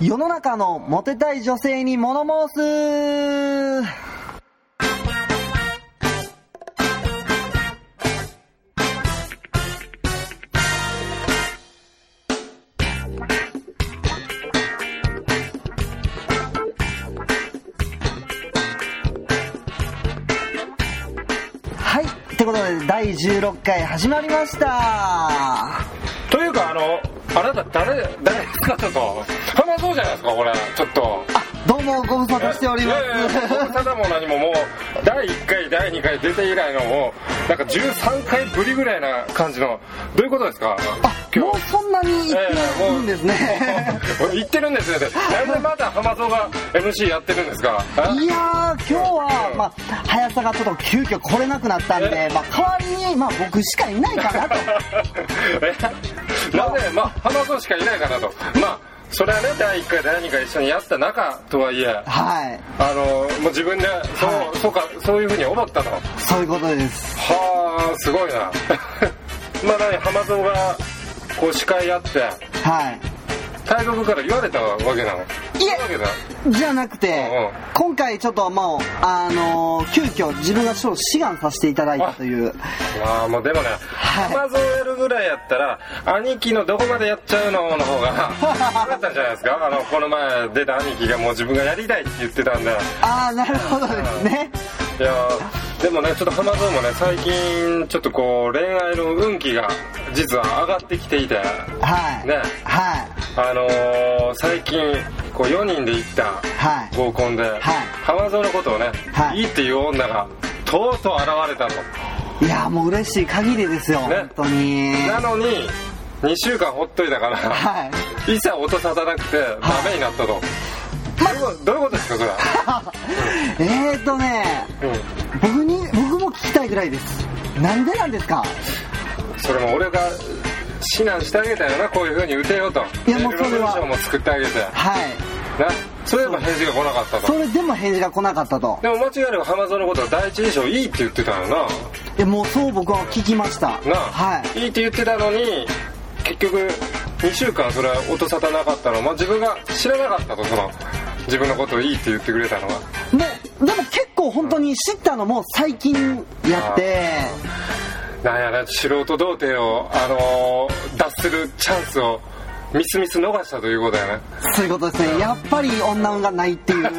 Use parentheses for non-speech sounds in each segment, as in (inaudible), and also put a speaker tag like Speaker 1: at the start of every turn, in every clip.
Speaker 1: 世の中のモテたい女性に物申すはいってことで第16回始まりました
Speaker 2: というかあのあなた誰誰ですかちょっと話そうじゃないですかこれちょっと
Speaker 1: どうもご無沙汰しておりま
Speaker 2: いやいやいや僕
Speaker 1: す
Speaker 2: ただも何ももう第1回第2回出て以来のもうなんか13回ぶりぐらいな感じのどういうことですか今
Speaker 1: もう
Speaker 2: 日
Speaker 1: そんなに行ってないんですね、
Speaker 2: も (laughs) う言ってるんですねなんでまだ浜蔵が MC やってるんですかえ
Speaker 1: いやー今日は、
Speaker 2: うん
Speaker 1: まあ、早さがちょっと急遽来れなくなったんで、まあ、代わりに、まあ、僕しかいないかなと
Speaker 2: (laughs) (laughs) えなぜまあ浜蔵しかいないかなとまあそれはね第1回第2回一緒にやった中とはいえ
Speaker 1: はい
Speaker 2: あのもう自分でそう,、
Speaker 1: はい
Speaker 2: そうかそういうふうに思ったの
Speaker 1: そういうことです
Speaker 2: はあすごいな (laughs) まあ何浜蔵がこう司会やって
Speaker 1: はい
Speaker 2: 大学から言われたわけなの
Speaker 1: いえ
Speaker 2: わけだ
Speaker 1: じゃなくて、
Speaker 2: うんうん
Speaker 1: 今回ちょっともうあのー急遽自分がちょっと志願させていただいたという
Speaker 2: まあもうでもね、
Speaker 1: はい
Speaker 2: 浜蔵やるぐらいやったら兄貴のどこまでやっちゃうのの
Speaker 1: (laughs)
Speaker 2: 方がよかったんじゃないですかあのこの前出た兄貴がもう自分がやりたいって言ってたんで
Speaker 1: ああなるほどですね
Speaker 2: いやーでもねちょっと浜蔵もね最近ちょっとこう恋愛の運気が実は上がってきていて
Speaker 1: はい、
Speaker 2: ね
Speaker 1: はい
Speaker 2: あのー、最近こう4人で行った
Speaker 1: はい
Speaker 2: 合コンで、浜蔵のことをね、
Speaker 1: はい
Speaker 2: い、いっていう女がとうとう現れたの、
Speaker 1: いやーもう嬉しい限りですよ、
Speaker 2: ね
Speaker 1: 本当に
Speaker 2: なのに2週間ほっといたから、
Speaker 1: はい (laughs)
Speaker 2: 一切音立たなくてダメになったと、どういうことどういうことですかそれ、
Speaker 1: (laughs) えーとね
Speaker 2: う
Speaker 1: 僕に僕も聞きたいぐらいですなんでなんですか
Speaker 2: ん、それも俺が指南してあげたよなこういうふうに打てよと
Speaker 1: いやもうそれは
Speaker 2: メールの文章も作ってあげてな
Speaker 1: はい
Speaker 2: そういえば返事が来なかった
Speaker 1: そ
Speaker 2: と
Speaker 1: れでも返事が来なかったと
Speaker 2: でも間違いなく浜蔵のことは第一印象いいって言ってたよな
Speaker 1: でもうそう僕は聞きました
Speaker 2: なあ、
Speaker 1: はい
Speaker 2: い、いって言ってたのに結局2週間それは音沙汰なかったの、まあ、自分が知らなかったとその自分のことをいいって言ってくれたのは
Speaker 1: ででも結構本当に知ったのも最近やって
Speaker 2: なんやな素人童貞を、あのー脱するチャンスをみすみす逃したということやね
Speaker 1: そういうことですねやっぱり女運がないって
Speaker 2: (laughs)
Speaker 1: いうこ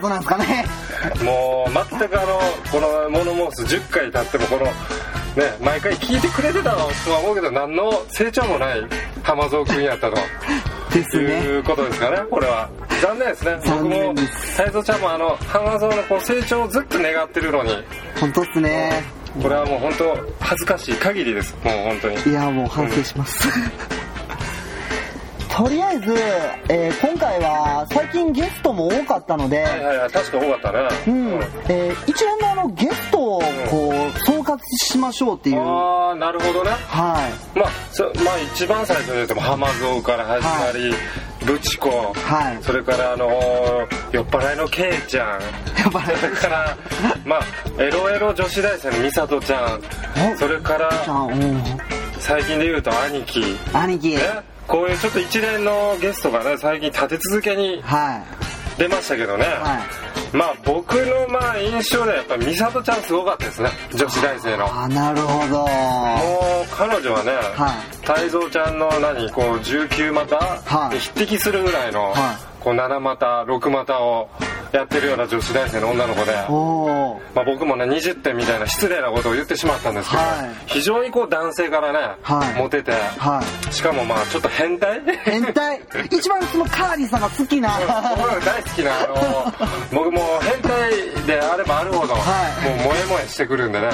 Speaker 1: となんですかね
Speaker 2: もう全くあのこの「モノ申す10回経ってもこのね毎回聞いてくれてたのとは思うけど何の成長もない浜蔵君やったと。
Speaker 1: ですね
Speaker 2: いうことですかね、これ (laughs) は。残念ですね。僕
Speaker 1: 残念
Speaker 2: も
Speaker 1: で、
Speaker 2: 太蔵ちゃんもあの、花園のこう成長をずっと願ってるのに、
Speaker 1: 本当ですね
Speaker 2: これはもう本当、恥ずかしい限りです。もう本当に。
Speaker 1: いやもう反省し
Speaker 2: (laughs)
Speaker 1: ます、とりあえず、えー今回は最近ゲストも多かったので、
Speaker 2: はいはいはい、確か多かったね。
Speaker 1: うんえー一連のあのゲストをこう総括しましょうっていうは
Speaker 2: ああ、なるほどね。
Speaker 1: い
Speaker 2: まあ、そまあ、一番最初に言うと、浜蔵から始まり、ブチコ、
Speaker 1: はい
Speaker 2: それから、あのー酔っ払いのケイちゃん、
Speaker 1: やばい
Speaker 2: それから、まあ、エロエロ女子大生のミサトちゃ
Speaker 1: お
Speaker 2: ん、それから、
Speaker 1: ちゃんうん
Speaker 2: 最近で言うと、兄貴。
Speaker 1: 兄貴
Speaker 2: ね、こういうちょっと一連のゲストがね最近立て続けに
Speaker 1: は
Speaker 2: 出ましたけどね、
Speaker 1: いはい
Speaker 2: まあ僕のまあ印象ではやっぱり美里ちゃんすごかったですね女子大生のもう
Speaker 1: あなるほど
Speaker 2: 彼女はね、
Speaker 1: はい
Speaker 2: 太蔵ちゃんの何こう19股
Speaker 1: はい
Speaker 2: に匹敵するぐらいの、
Speaker 1: は
Speaker 2: こう7股6股をやってるような女子大生の女の子で。
Speaker 1: おお
Speaker 2: まあ、僕もね20点みたいな失礼なことを言ってしまったんですけど、
Speaker 1: はい
Speaker 2: 非常にこう男性からね、
Speaker 1: はい
Speaker 2: モテて
Speaker 1: は
Speaker 2: しかもまあちょっと変態
Speaker 1: い変態一番そのカーリーさんが好きな
Speaker 2: 僕ら大好きなあ
Speaker 1: (laughs)
Speaker 2: の僕もう変態であればあるほど、
Speaker 1: はい
Speaker 2: もう萌え萌えしてくるんでね、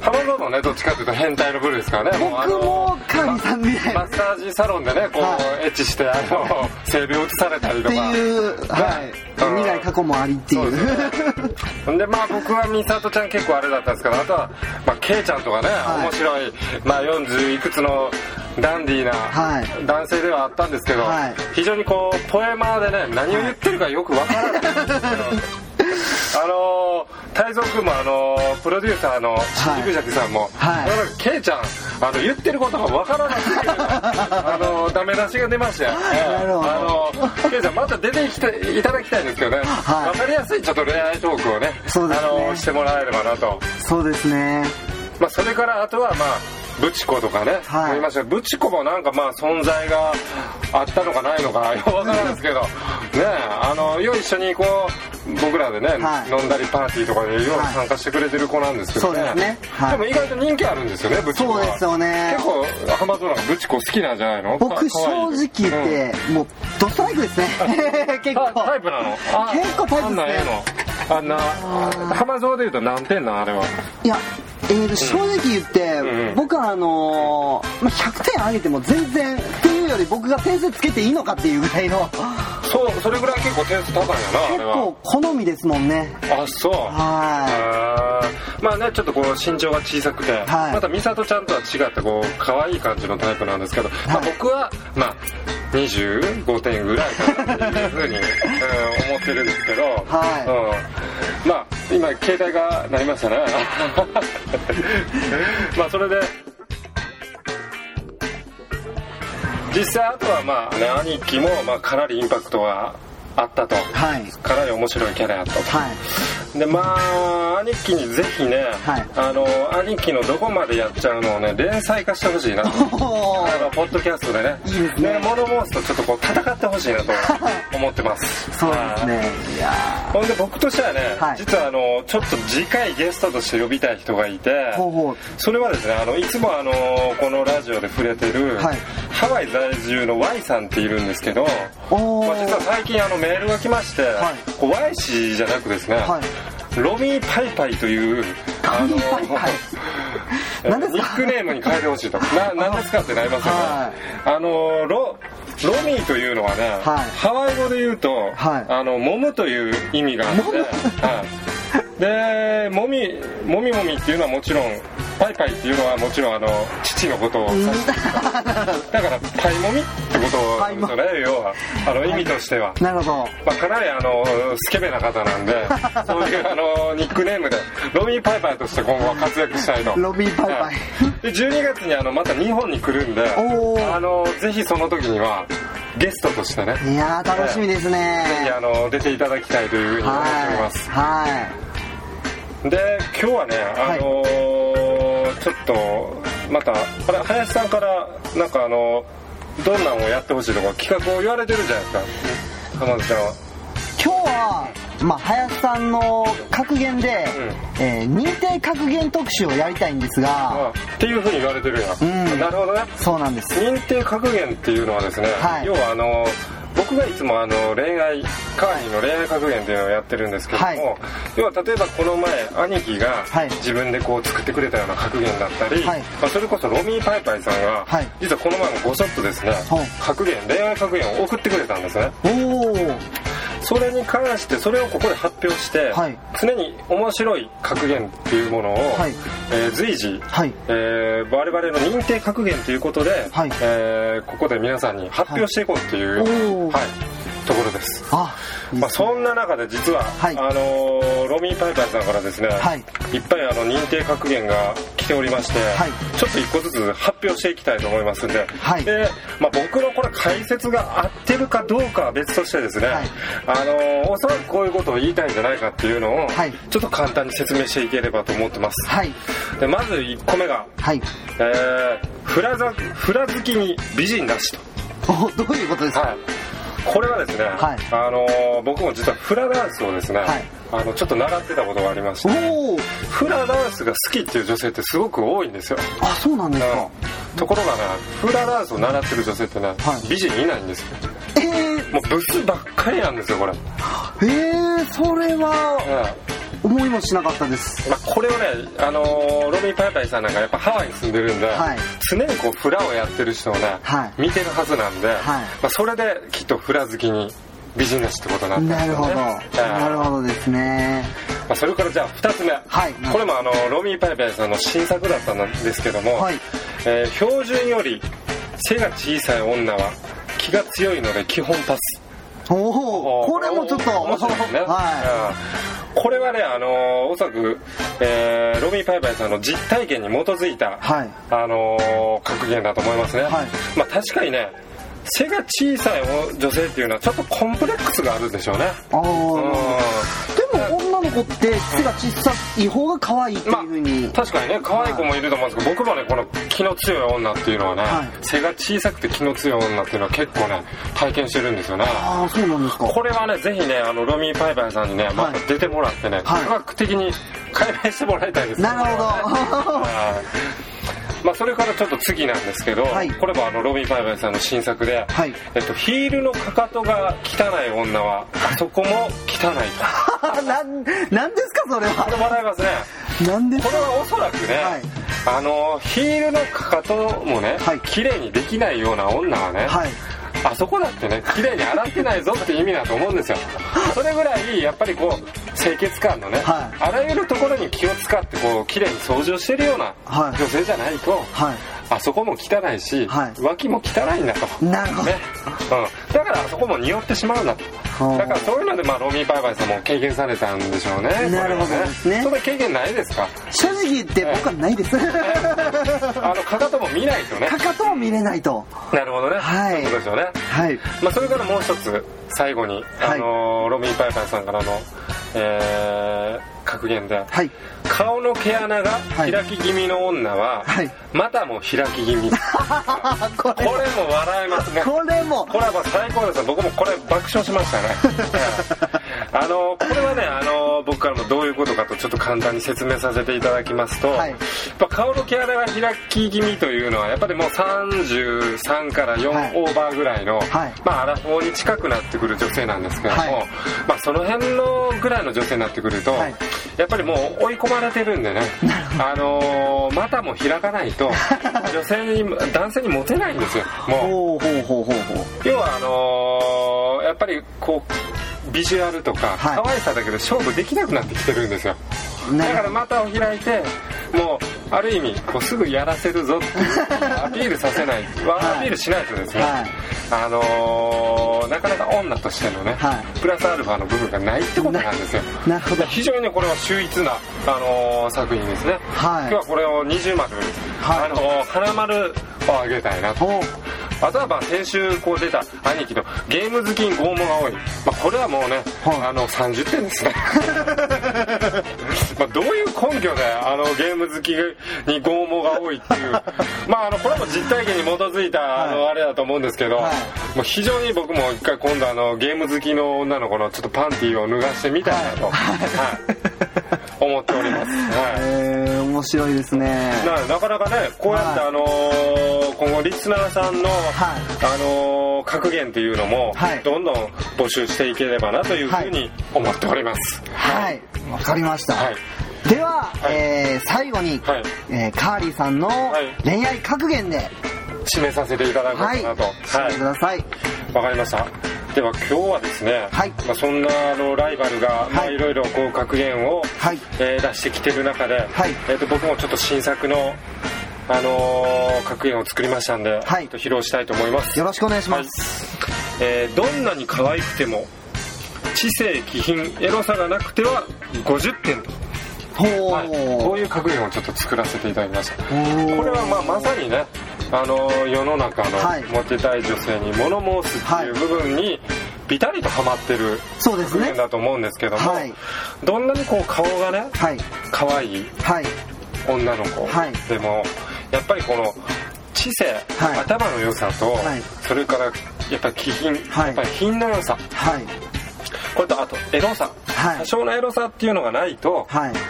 Speaker 2: 浜田もねどっちかっていうと変態の部類ですからねもうあ
Speaker 1: 僕
Speaker 2: の
Speaker 1: もカーリーさんみたい
Speaker 2: マ
Speaker 1: なっ
Speaker 2: ッサージサロンでねこう、
Speaker 1: は
Speaker 2: エッチしてあの性病移されたり
Speaker 1: て
Speaker 2: とか
Speaker 1: いうはい
Speaker 2: うん
Speaker 1: 未来過去もありってい
Speaker 2: そう
Speaker 1: う
Speaker 2: ですよねほんでまあ僕は美里ちゃん結構あれだったんですけどあとは、まあ、ケイちゃんとかね、
Speaker 1: い
Speaker 2: 面白い、まあ、40いくつのダンディーな
Speaker 1: はい
Speaker 2: 男性ではあったんですけど、
Speaker 1: はい
Speaker 2: 非常にこうポエマーでね何を言ってるかよくわからないんですけど、
Speaker 1: (laughs)
Speaker 2: あの泰造君もあのプロデューサーのジグジャクさんも、
Speaker 1: はい
Speaker 2: だからケイちゃんあの言ってることがわからなくて
Speaker 1: (laughs)
Speaker 2: あのダメ出しが出ましたよ、
Speaker 1: なるほど
Speaker 2: あのケイちゃんまた出てきていただきたいんですけどね、
Speaker 1: はい
Speaker 2: わかりやすいちょっと恋愛トークをね
Speaker 1: そうですね
Speaker 2: あのしてもらえればなと、
Speaker 1: そうですね
Speaker 2: まあ、それからあとはまあブチコとかね、
Speaker 1: はい
Speaker 2: 言いましたけどブチコもなんかまあ存在があったのかないのかよく (laughs) わからないですけどねえあのよう一緒にこう僕らでね、
Speaker 1: はい
Speaker 2: 飲んだりパーティーとかでよう
Speaker 1: はい
Speaker 2: 参加してくれてる子なんですけどね,、
Speaker 1: そうですねはい
Speaker 2: でも意外と人気あるんですよねブチコ
Speaker 1: そう
Speaker 2: は
Speaker 1: ですよね
Speaker 2: 結構浜園がブチコ好きなんじゃないの
Speaker 1: 僕
Speaker 2: か可愛い
Speaker 1: 正直言って、もうドストライクですね
Speaker 2: うん
Speaker 1: 結
Speaker 2: タタ
Speaker 1: 構
Speaker 2: イプなのあ
Speaker 1: 結構タイプですね
Speaker 2: あんなええのあんな浜園でいうと何点なんあれはい
Speaker 1: やえーと正直言って、
Speaker 2: んうん
Speaker 1: 僕はあのーまあ、100点あげても全然っていうより僕が点数つけていいのかっていうぐらいの
Speaker 2: そうそれぐらい結構点数高いんやなあ
Speaker 1: 結
Speaker 2: れは
Speaker 1: 構好みですもんね
Speaker 2: あそう
Speaker 1: は
Speaker 2: うんまあねちょっとこう身長が小さくて、
Speaker 1: はい
Speaker 2: また美里ちゃんとは違ってこう可愛い感じのタイプなんですけど、まあ、
Speaker 1: はい
Speaker 2: 僕はまあ25点ぐらいかなっていうふうに、うん思ってるんですけど、うん、まあ今携帯が鳴りましたね (laughs) まあそれで実際あとはまあね兄貴もまあかなりインパクトがあったと
Speaker 1: いはい
Speaker 2: かなり面白いキャラやったと
Speaker 1: はい
Speaker 2: でまあ兄貴にぜひね、
Speaker 1: はい
Speaker 2: あの兄貴のどこまでやっちゃうのをね連載化してほ
Speaker 1: (laughs)
Speaker 2: しいなと
Speaker 1: お
Speaker 2: あ
Speaker 1: ー
Speaker 2: のポッドキャストでね
Speaker 1: いいですね
Speaker 2: モノモースとちょっとこう戦ってほしいなと思ってます
Speaker 1: (laughs) そうですねいや
Speaker 2: はいほんで僕としてはね、
Speaker 1: はい
Speaker 2: 実はあのちょっと次回ゲストとして呼びたい人がいて
Speaker 1: ーほうほう
Speaker 2: それはですねあのいつもあのこのラジオで触れてる、
Speaker 1: はい
Speaker 2: ハワイ在住の Y さんっているんですけど
Speaker 1: お
Speaker 2: まあ、
Speaker 1: ー
Speaker 2: 実は最近あのメールが来まして、
Speaker 1: はい
Speaker 2: こう Y 氏じゃなくですね、
Speaker 1: はい
Speaker 2: ロミーパイパイというあの
Speaker 1: ロミーパイパイ
Speaker 2: え
Speaker 1: (laughs) 何ですか
Speaker 2: ニックネームに変えてほしいと
Speaker 1: (laughs)
Speaker 2: な何ですかってなりますよね、
Speaker 1: は
Speaker 2: あのロロミーというのはね、
Speaker 1: はい
Speaker 2: ハワイ語で言うと、
Speaker 1: はい
Speaker 2: あの揉むという意味があって、
Speaker 1: 揉む
Speaker 2: はい、でもみもみもみっていうのはもちろんパイパイっていうのはもちろんあの父のことを指してだからパイもみってことなんですよね要はあの意味としては、
Speaker 1: なるほ
Speaker 2: まあ、かなりあのスケベな方なん
Speaker 1: (laughs)
Speaker 2: でそういうあのニックネームでロミーパイパイとして今後は活躍したいと
Speaker 1: どロビーパイパ
Speaker 2: は
Speaker 1: イ
Speaker 2: いで12月にあのまた日本に来るんで
Speaker 1: おー
Speaker 2: あのぜひその時にはゲストとしてねぜ
Speaker 1: いやー楽しみですね
Speaker 2: ひあの出ていただきたいというふうに思っており
Speaker 1: は
Speaker 2: ま
Speaker 1: い
Speaker 2: す
Speaker 1: は
Speaker 2: で今日はねあのーちょっとまたあれ林さんからなんかあのどんなんをやってほしいとか企画を言われてるじゃないですか浜田ちゃんはい
Speaker 1: 今日はまあ林さんの格言で、えー認定格言特集をやりたいんですが、
Speaker 2: あっていうふうに言われてるやん、
Speaker 1: うん
Speaker 2: なるほどね
Speaker 1: そうなんです
Speaker 2: 認定格言っていうのはですね、
Speaker 1: はい
Speaker 2: 要はあの僕がいつもあの恋愛会員の恋愛格言っていうのをやってるんですけども、
Speaker 1: はい
Speaker 2: 要は例えばこの前兄貴が
Speaker 1: はい
Speaker 2: 自分でこう作ってくれたような格言だったり、
Speaker 1: はい
Speaker 2: まあ、それこそロミーパイパイさんが、
Speaker 1: はい
Speaker 2: 実はこの前もごそっとですね、
Speaker 1: はい
Speaker 2: 格言恋愛格言を送ってくれたんですね
Speaker 1: おお
Speaker 2: それに関してそれをここで発表して、
Speaker 1: はい
Speaker 2: 常に面白い格言っていうものを、
Speaker 1: はい
Speaker 2: えー随時、
Speaker 1: はい
Speaker 2: えー我々の認定格言ということで、
Speaker 1: はい
Speaker 2: えーここで皆さんに発表していこうっていう、
Speaker 1: は
Speaker 2: はいい
Speaker 1: おー
Speaker 2: ところです。
Speaker 1: あいいで
Speaker 2: まあ、
Speaker 1: すね
Speaker 2: そんな中で実は、
Speaker 1: はい
Speaker 2: あのーロミーパイパイさんからですね、
Speaker 1: はい
Speaker 2: い、っぱいあの認定格言が来ておりまして、
Speaker 1: はい
Speaker 2: ちょっと一個ずつ発表していきたいと思いますんで、
Speaker 1: はい
Speaker 2: でまあ、僕のこれ解説が合ってるかどうかは別としてですね、
Speaker 1: はい
Speaker 2: あのーおそらくこういうことを言いたいんじゃないかっていうのを、
Speaker 1: はい
Speaker 2: ちょっと簡単に説明していければと思ってます。
Speaker 1: はい
Speaker 2: でまず1個目が
Speaker 1: はい (laughs)
Speaker 2: えーフラザフラ好きに美人なし
Speaker 1: おどういうことです
Speaker 2: と、
Speaker 1: か、
Speaker 2: はい、これはですね、
Speaker 1: はい
Speaker 2: あのー僕も実はフラダンスをですね、
Speaker 1: はい
Speaker 2: あのちょっと習ってたことがありまして
Speaker 1: おお
Speaker 2: フラダンスが好きっていう女性ってすごく多いんですよ、
Speaker 1: あそうなんですか、
Speaker 2: うんところがねフラダンスを習ってる女性ってね、
Speaker 1: い
Speaker 2: 美人いないんですよ
Speaker 1: え
Speaker 2: もうブスばっかりなんですよこれ、うん
Speaker 1: ー、えー、それは思いもしなかったです
Speaker 2: まあ、これをね、あのーロミー・パイパイさんなんかやっぱハワイに住んでるんで、
Speaker 1: はい
Speaker 2: 常にこうフラをやってる人をね、
Speaker 1: はい
Speaker 2: 見てるはずなんで、まあ、それできっとフラ好きに美人なしってことにな
Speaker 1: な
Speaker 2: った
Speaker 1: る
Speaker 2: んですよ
Speaker 1: ほど
Speaker 2: ね
Speaker 1: なる
Speaker 2: ど、
Speaker 1: ほどですね
Speaker 2: まあ、それからじゃあ2つ目、
Speaker 1: はい
Speaker 2: これもあのロミー・パイパイさんの新作だったんですけども、
Speaker 1: はい
Speaker 2: えー標準より背が小さい女は気が強いので基本パス
Speaker 1: おおこれもちょっと
Speaker 2: 面白いですね、
Speaker 1: は
Speaker 2: うんこれはねあのおそらく、えーロビー・パイパイさんの実体験に基づいた、
Speaker 1: はい
Speaker 2: あの格言だと思いますね、
Speaker 1: はい
Speaker 2: まあ確かにね背が小さい女性っていうのはちょっとコンプレックスがあるんでしょうね
Speaker 1: あ
Speaker 2: うん
Speaker 1: あでも女の子って背が小さい方が可愛いっていう
Speaker 2: まあ
Speaker 1: ふうに、
Speaker 2: 確かにね可愛い子もいると思うんですけど僕もねこの気の強い女っていうのはね、
Speaker 1: はい
Speaker 2: 背が小さくて気の強い女っていうのは結構ね体験してるんですよね
Speaker 1: ああそうなんですか
Speaker 2: これはねぜひねあのロミー・パイパイさんにねまた出てもらってね、
Speaker 1: はい
Speaker 2: 科学的に (laughs) 解明してもらいたいですね
Speaker 1: なるほど (laughs)
Speaker 2: はいまあ、それからちょっと次なんですけど、
Speaker 1: はい
Speaker 2: これもあのロビー・パイパイさんの新作で、
Speaker 1: はい
Speaker 2: えっと、ヒールのかかとが汚い女はあそこも汚いと
Speaker 1: なんなんですかそれ
Speaker 2: これ
Speaker 1: は
Speaker 2: 笑いますね
Speaker 1: なんです
Speaker 2: こ
Speaker 1: か
Speaker 2: れはおそらくね、
Speaker 1: はい
Speaker 2: あのヒールのかかともね、
Speaker 1: はい
Speaker 2: 綺麗にできないような女はね、
Speaker 1: はい
Speaker 2: あそこだってね綺麗に洗ってないぞって意味だと思う
Speaker 1: (laughs)
Speaker 2: んですよそれぐらいやっぱりこう清潔感のね、
Speaker 1: はい
Speaker 2: あらゆるところに気を使ってこう綺麗に掃除をしてるような
Speaker 1: はい
Speaker 2: 女性じゃないと、
Speaker 1: はい
Speaker 2: あそこも汚いし、
Speaker 1: はい
Speaker 2: 脇も汚いんだと
Speaker 1: なるほど
Speaker 2: ねうん、だからあそこも匂ってしまうんだと
Speaker 1: ほう
Speaker 2: だからそういうので、まあ、ロミー・パイパイさんも経験されたんでしょうね
Speaker 1: なるほど
Speaker 2: これは
Speaker 1: ですね
Speaker 2: そんな経験ないですか
Speaker 1: 正直言って僕はないです
Speaker 2: (laughs) あのかかとも見ないとね
Speaker 1: かかとも見れないと
Speaker 2: なるほどね、
Speaker 1: はい
Speaker 2: そういうことでしょうね
Speaker 1: はい
Speaker 2: まあ、それからもう一つ最後に、
Speaker 1: はい
Speaker 2: あのーロミー・パイパイさんからの、えー格言で、
Speaker 1: はい
Speaker 2: 顔の毛穴が
Speaker 1: い
Speaker 2: 開き気味の女は、
Speaker 1: はい
Speaker 2: またも開
Speaker 1: (laughs)
Speaker 2: き気味
Speaker 1: あこ
Speaker 2: これも笑えますね
Speaker 1: これも
Speaker 2: これはまあ最高ですね僕もこれ爆笑しましたね
Speaker 1: (laughs)
Speaker 2: ええあのこれはねあの僕からもどういうことかとちょっと簡単に説明させていただきますと、
Speaker 1: はい
Speaker 2: やっぱ顔の毛穴が開き気味というのはやっぱりもう33から
Speaker 1: はい
Speaker 2: 4オーバーぐらいの、
Speaker 1: はい
Speaker 2: まあアラフォーに近くなってくる女性なんですけども、
Speaker 1: はい
Speaker 2: まあ、その辺のぐらいの女性になってくると、
Speaker 1: はい
Speaker 2: やっぱりもう追い込まれてるんでねあのー股も開かな
Speaker 1: (laughs)
Speaker 2: いと女性に男性にモテないんですよもう
Speaker 1: ほうほうほうほうほう
Speaker 2: 要はあのーやっぱりこうビジュアルとか
Speaker 1: はい
Speaker 2: 可愛さだけで勝負できなくなってきてるんですよ、
Speaker 1: な
Speaker 2: だ
Speaker 1: る
Speaker 2: から股を開いてもうある意味こうすぐやらせるぞっ
Speaker 1: (laughs)
Speaker 2: ていうアピールさせないワンアピールしないとですね、
Speaker 1: はい
Speaker 2: あのーなかなか女としてのね、
Speaker 1: はい
Speaker 2: プラスアルファの部分がないってことなんですよ
Speaker 1: なるほど
Speaker 2: 非常にこれは秀逸な、あのー作品ですね、
Speaker 1: はい
Speaker 2: 今日はこれを20丸、
Speaker 1: はい
Speaker 2: あのー花丸をあげたいなと
Speaker 1: ほう
Speaker 2: あとはまあ先週こう出た兄貴のゲーム好きに拷問が多い、まあ、これはもうね、
Speaker 1: はい
Speaker 2: あの30点ですね (laughs) まあどういう根拠であのゲーム好きに拷問が多いっていう
Speaker 1: (laughs)
Speaker 2: まああのこれも実体験に基づいたあ
Speaker 1: は
Speaker 2: のあれだと思うんですけど、
Speaker 1: はい
Speaker 2: もう非常に僕も一回今度あのゲーム好きの女の子のちょっとパンティーを脱がしてみたいなと、はい思っております、はい
Speaker 1: えー、面白いですね
Speaker 2: ななかなかねこうやって、
Speaker 1: はい
Speaker 2: あのー今後リスナーさんの、
Speaker 1: はい
Speaker 2: あのー格言というのも、
Speaker 1: はい
Speaker 2: どんどん募集していければなというふうに思っております
Speaker 1: はいわかりました、
Speaker 2: はい
Speaker 1: では、
Speaker 2: い
Speaker 1: えー最後に、
Speaker 2: はい
Speaker 1: えーカーリーさんの
Speaker 2: い
Speaker 1: 恋愛格言で、
Speaker 2: 締めさせていただこう
Speaker 1: はい、
Speaker 2: かなと
Speaker 1: 締めてください。
Speaker 2: わかりました。では今日はですね、
Speaker 1: はい
Speaker 2: まあ、そんなあのライバルが、まあ
Speaker 1: はい
Speaker 2: いろいろこう格言を、
Speaker 1: はい
Speaker 2: えー出してきてる中で、
Speaker 1: はい
Speaker 2: えー、と僕もちょっと新作の、あのー格言を作りましたんで、
Speaker 1: はい
Speaker 2: ちょっと披露したいと思います。
Speaker 1: よろしくお願いします。
Speaker 2: はいえーどんなに可愛くても知性気品エロさがなくては50点と、
Speaker 1: ほう、
Speaker 2: はい、こういう格言をちょっと作らせていただきました
Speaker 1: ー
Speaker 2: これはまあまさにねあのー世の中の
Speaker 1: はい
Speaker 2: モテたい女性に物申すっていう部分にビタリとハマってる
Speaker 1: そうです
Speaker 2: 格
Speaker 1: ね
Speaker 2: 言。だと思うんですけども、
Speaker 1: はい
Speaker 2: どんなにこう顔がね
Speaker 1: はい。
Speaker 2: 可愛い
Speaker 1: はい。
Speaker 2: 女の子、
Speaker 1: はい
Speaker 2: でもやっぱりこの知性、
Speaker 1: はい
Speaker 2: 頭の良さと、
Speaker 1: はい
Speaker 2: それからやっぱり気品、
Speaker 1: はい
Speaker 2: やっぱり品の良さ
Speaker 1: はい。
Speaker 2: これとあとエロさ、
Speaker 1: はい
Speaker 2: 多少のエロさっていうのがないと、
Speaker 1: はい。
Speaker 2: や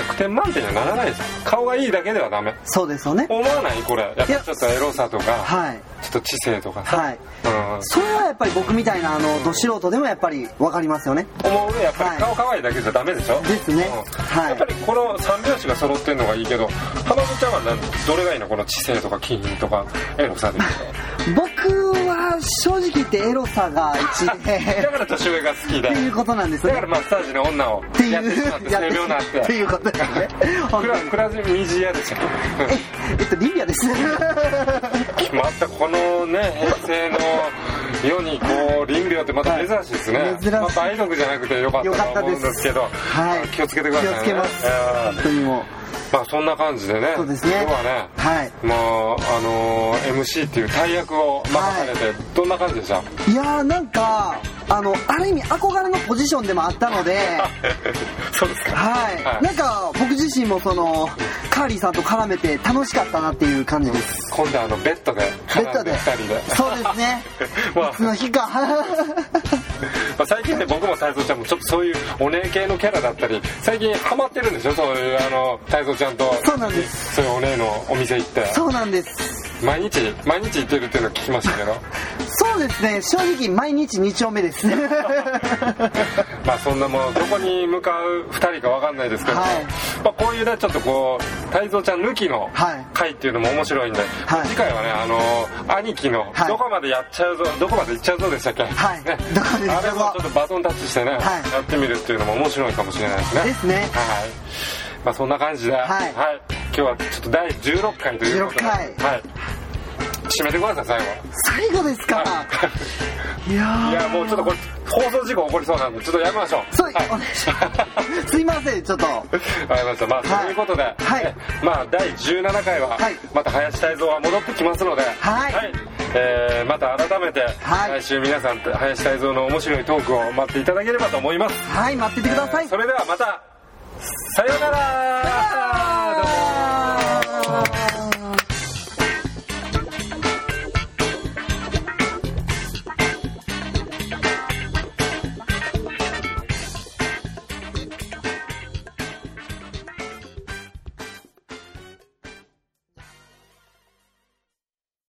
Speaker 2: っぱ100点満点にはならないです顔がいいだけではダメ
Speaker 1: そうですよね。
Speaker 2: 思わないこれやっぱ
Speaker 1: いや
Speaker 2: ちょっとエロさとか、
Speaker 1: はい。
Speaker 2: ちょっと知性とかさ、
Speaker 1: はい。
Speaker 2: うん
Speaker 1: それはやっぱり僕みたいな、あの、ど素人でもやっぱりわかりますよね。
Speaker 2: 思うねやっぱ
Speaker 1: は
Speaker 2: り
Speaker 1: い
Speaker 2: 顔可愛いだけじゃダメでしょ
Speaker 1: ですね
Speaker 2: うん
Speaker 1: はい
Speaker 2: やっぱりこの三拍子が揃ってるのがいいけど浜口ちゃんは何どれがいいのこの知性とか気品とかエロ
Speaker 1: (laughs)
Speaker 2: さで言うと
Speaker 1: 僕は正直言ってエロさが一で、
Speaker 2: だから年上が好きで
Speaker 1: っていうことなんです
Speaker 2: だ
Speaker 1: ね
Speaker 2: から。マッサージの女を
Speaker 1: っていう、
Speaker 2: やってしまっ
Speaker 1: (laughs)
Speaker 2: て
Speaker 1: やっ
Speaker 2: 性病になって
Speaker 1: っていうことですね。本
Speaker 2: ク
Speaker 1: 当
Speaker 2: ラ
Speaker 1: に
Speaker 2: クラジミジヤでしょ
Speaker 1: え、えっと、リビアです。
Speaker 2: またこのね平成の世にこう林業ってまた珍しいですね、
Speaker 1: はい珍しい
Speaker 2: まあ梅毒じゃなくてよかったと思うんですけど
Speaker 1: よかったですはい
Speaker 2: 気をつけてください、ね、
Speaker 1: 気をつけます
Speaker 2: え
Speaker 1: 本当にも
Speaker 2: ーまあそんな感じでね
Speaker 1: そうですね
Speaker 2: 今日はね、
Speaker 1: はい
Speaker 2: もうあのー MC っていう大役を任されて、どんな感じ
Speaker 1: (laughs)
Speaker 2: でした
Speaker 1: ういやーなんかあのある意味憧れのポジションでもあったので
Speaker 2: そうですか
Speaker 1: はい、
Speaker 2: はい
Speaker 1: なんか僕自身もそのカーリーさんと絡めて楽しかったなっていう感じです
Speaker 2: 今度はあのベッドで
Speaker 1: ベッ
Speaker 2: 絡
Speaker 1: ド
Speaker 2: んで
Speaker 1: で
Speaker 2: 2人で
Speaker 1: そうですね
Speaker 2: (laughs) まあ
Speaker 1: いつの日か (laughs)
Speaker 2: まあ最近ね僕も太蔵ちゃんもちょっとそういうお姉系のキャラだったり最近ハマってるんでしょそういうあの太蔵ちゃんと
Speaker 1: そうなんです
Speaker 2: そういうお姉のお店行って
Speaker 1: そうなんです
Speaker 2: 毎日毎日行ってるっていうのは聞きました
Speaker 1: (laughs)
Speaker 2: けど
Speaker 1: そうですね正直毎日2丁目です (laughs)
Speaker 2: まあそんなもうどこに向かう2人か分かんないですけど、
Speaker 1: はい
Speaker 2: まあ、こういうねちょっとこう太蔵ちゃん抜きの
Speaker 1: はい
Speaker 2: 回っていうのも面白いんで、
Speaker 1: い
Speaker 2: 次回はねあの兄貴の
Speaker 1: はい
Speaker 2: どこまでやっちゃうぞ、どこまで行っちゃうぞでしたっけ、
Speaker 1: はい
Speaker 2: ね
Speaker 1: どこまで行
Speaker 2: あ
Speaker 1: っち
Speaker 2: れ
Speaker 1: ゃう
Speaker 2: も
Speaker 1: ぞ
Speaker 2: ちょっとバトンタッチしてね、
Speaker 1: はい
Speaker 2: やってみるっていうのも面白いかもしれないですね
Speaker 1: ですね
Speaker 2: はい。まあそんな感じで、はい今日はちょっと第16回ということで、
Speaker 1: 16
Speaker 2: はい
Speaker 1: 回。
Speaker 2: 締めてください最後。
Speaker 1: 最後ですか、い、やー
Speaker 2: いやもうちょっとこれ放送事故起こりそうなんでちょっとやめましょう。
Speaker 1: そう、
Speaker 2: はい
Speaker 1: お願いしますすいませんちょっと
Speaker 2: (laughs) わかりました。まあ、
Speaker 1: はい
Speaker 2: ということで、
Speaker 1: はい
Speaker 2: えまあ、第17回は、
Speaker 1: はい
Speaker 2: また林泰造は戻ってきますので、
Speaker 1: はい
Speaker 2: えーまた改めて、
Speaker 1: はい
Speaker 2: 来週皆さんと林泰造の面白いトークを待っていただければと思います。
Speaker 1: はい待っててください、
Speaker 2: それではまた、さようなら
Speaker 1: (laughs)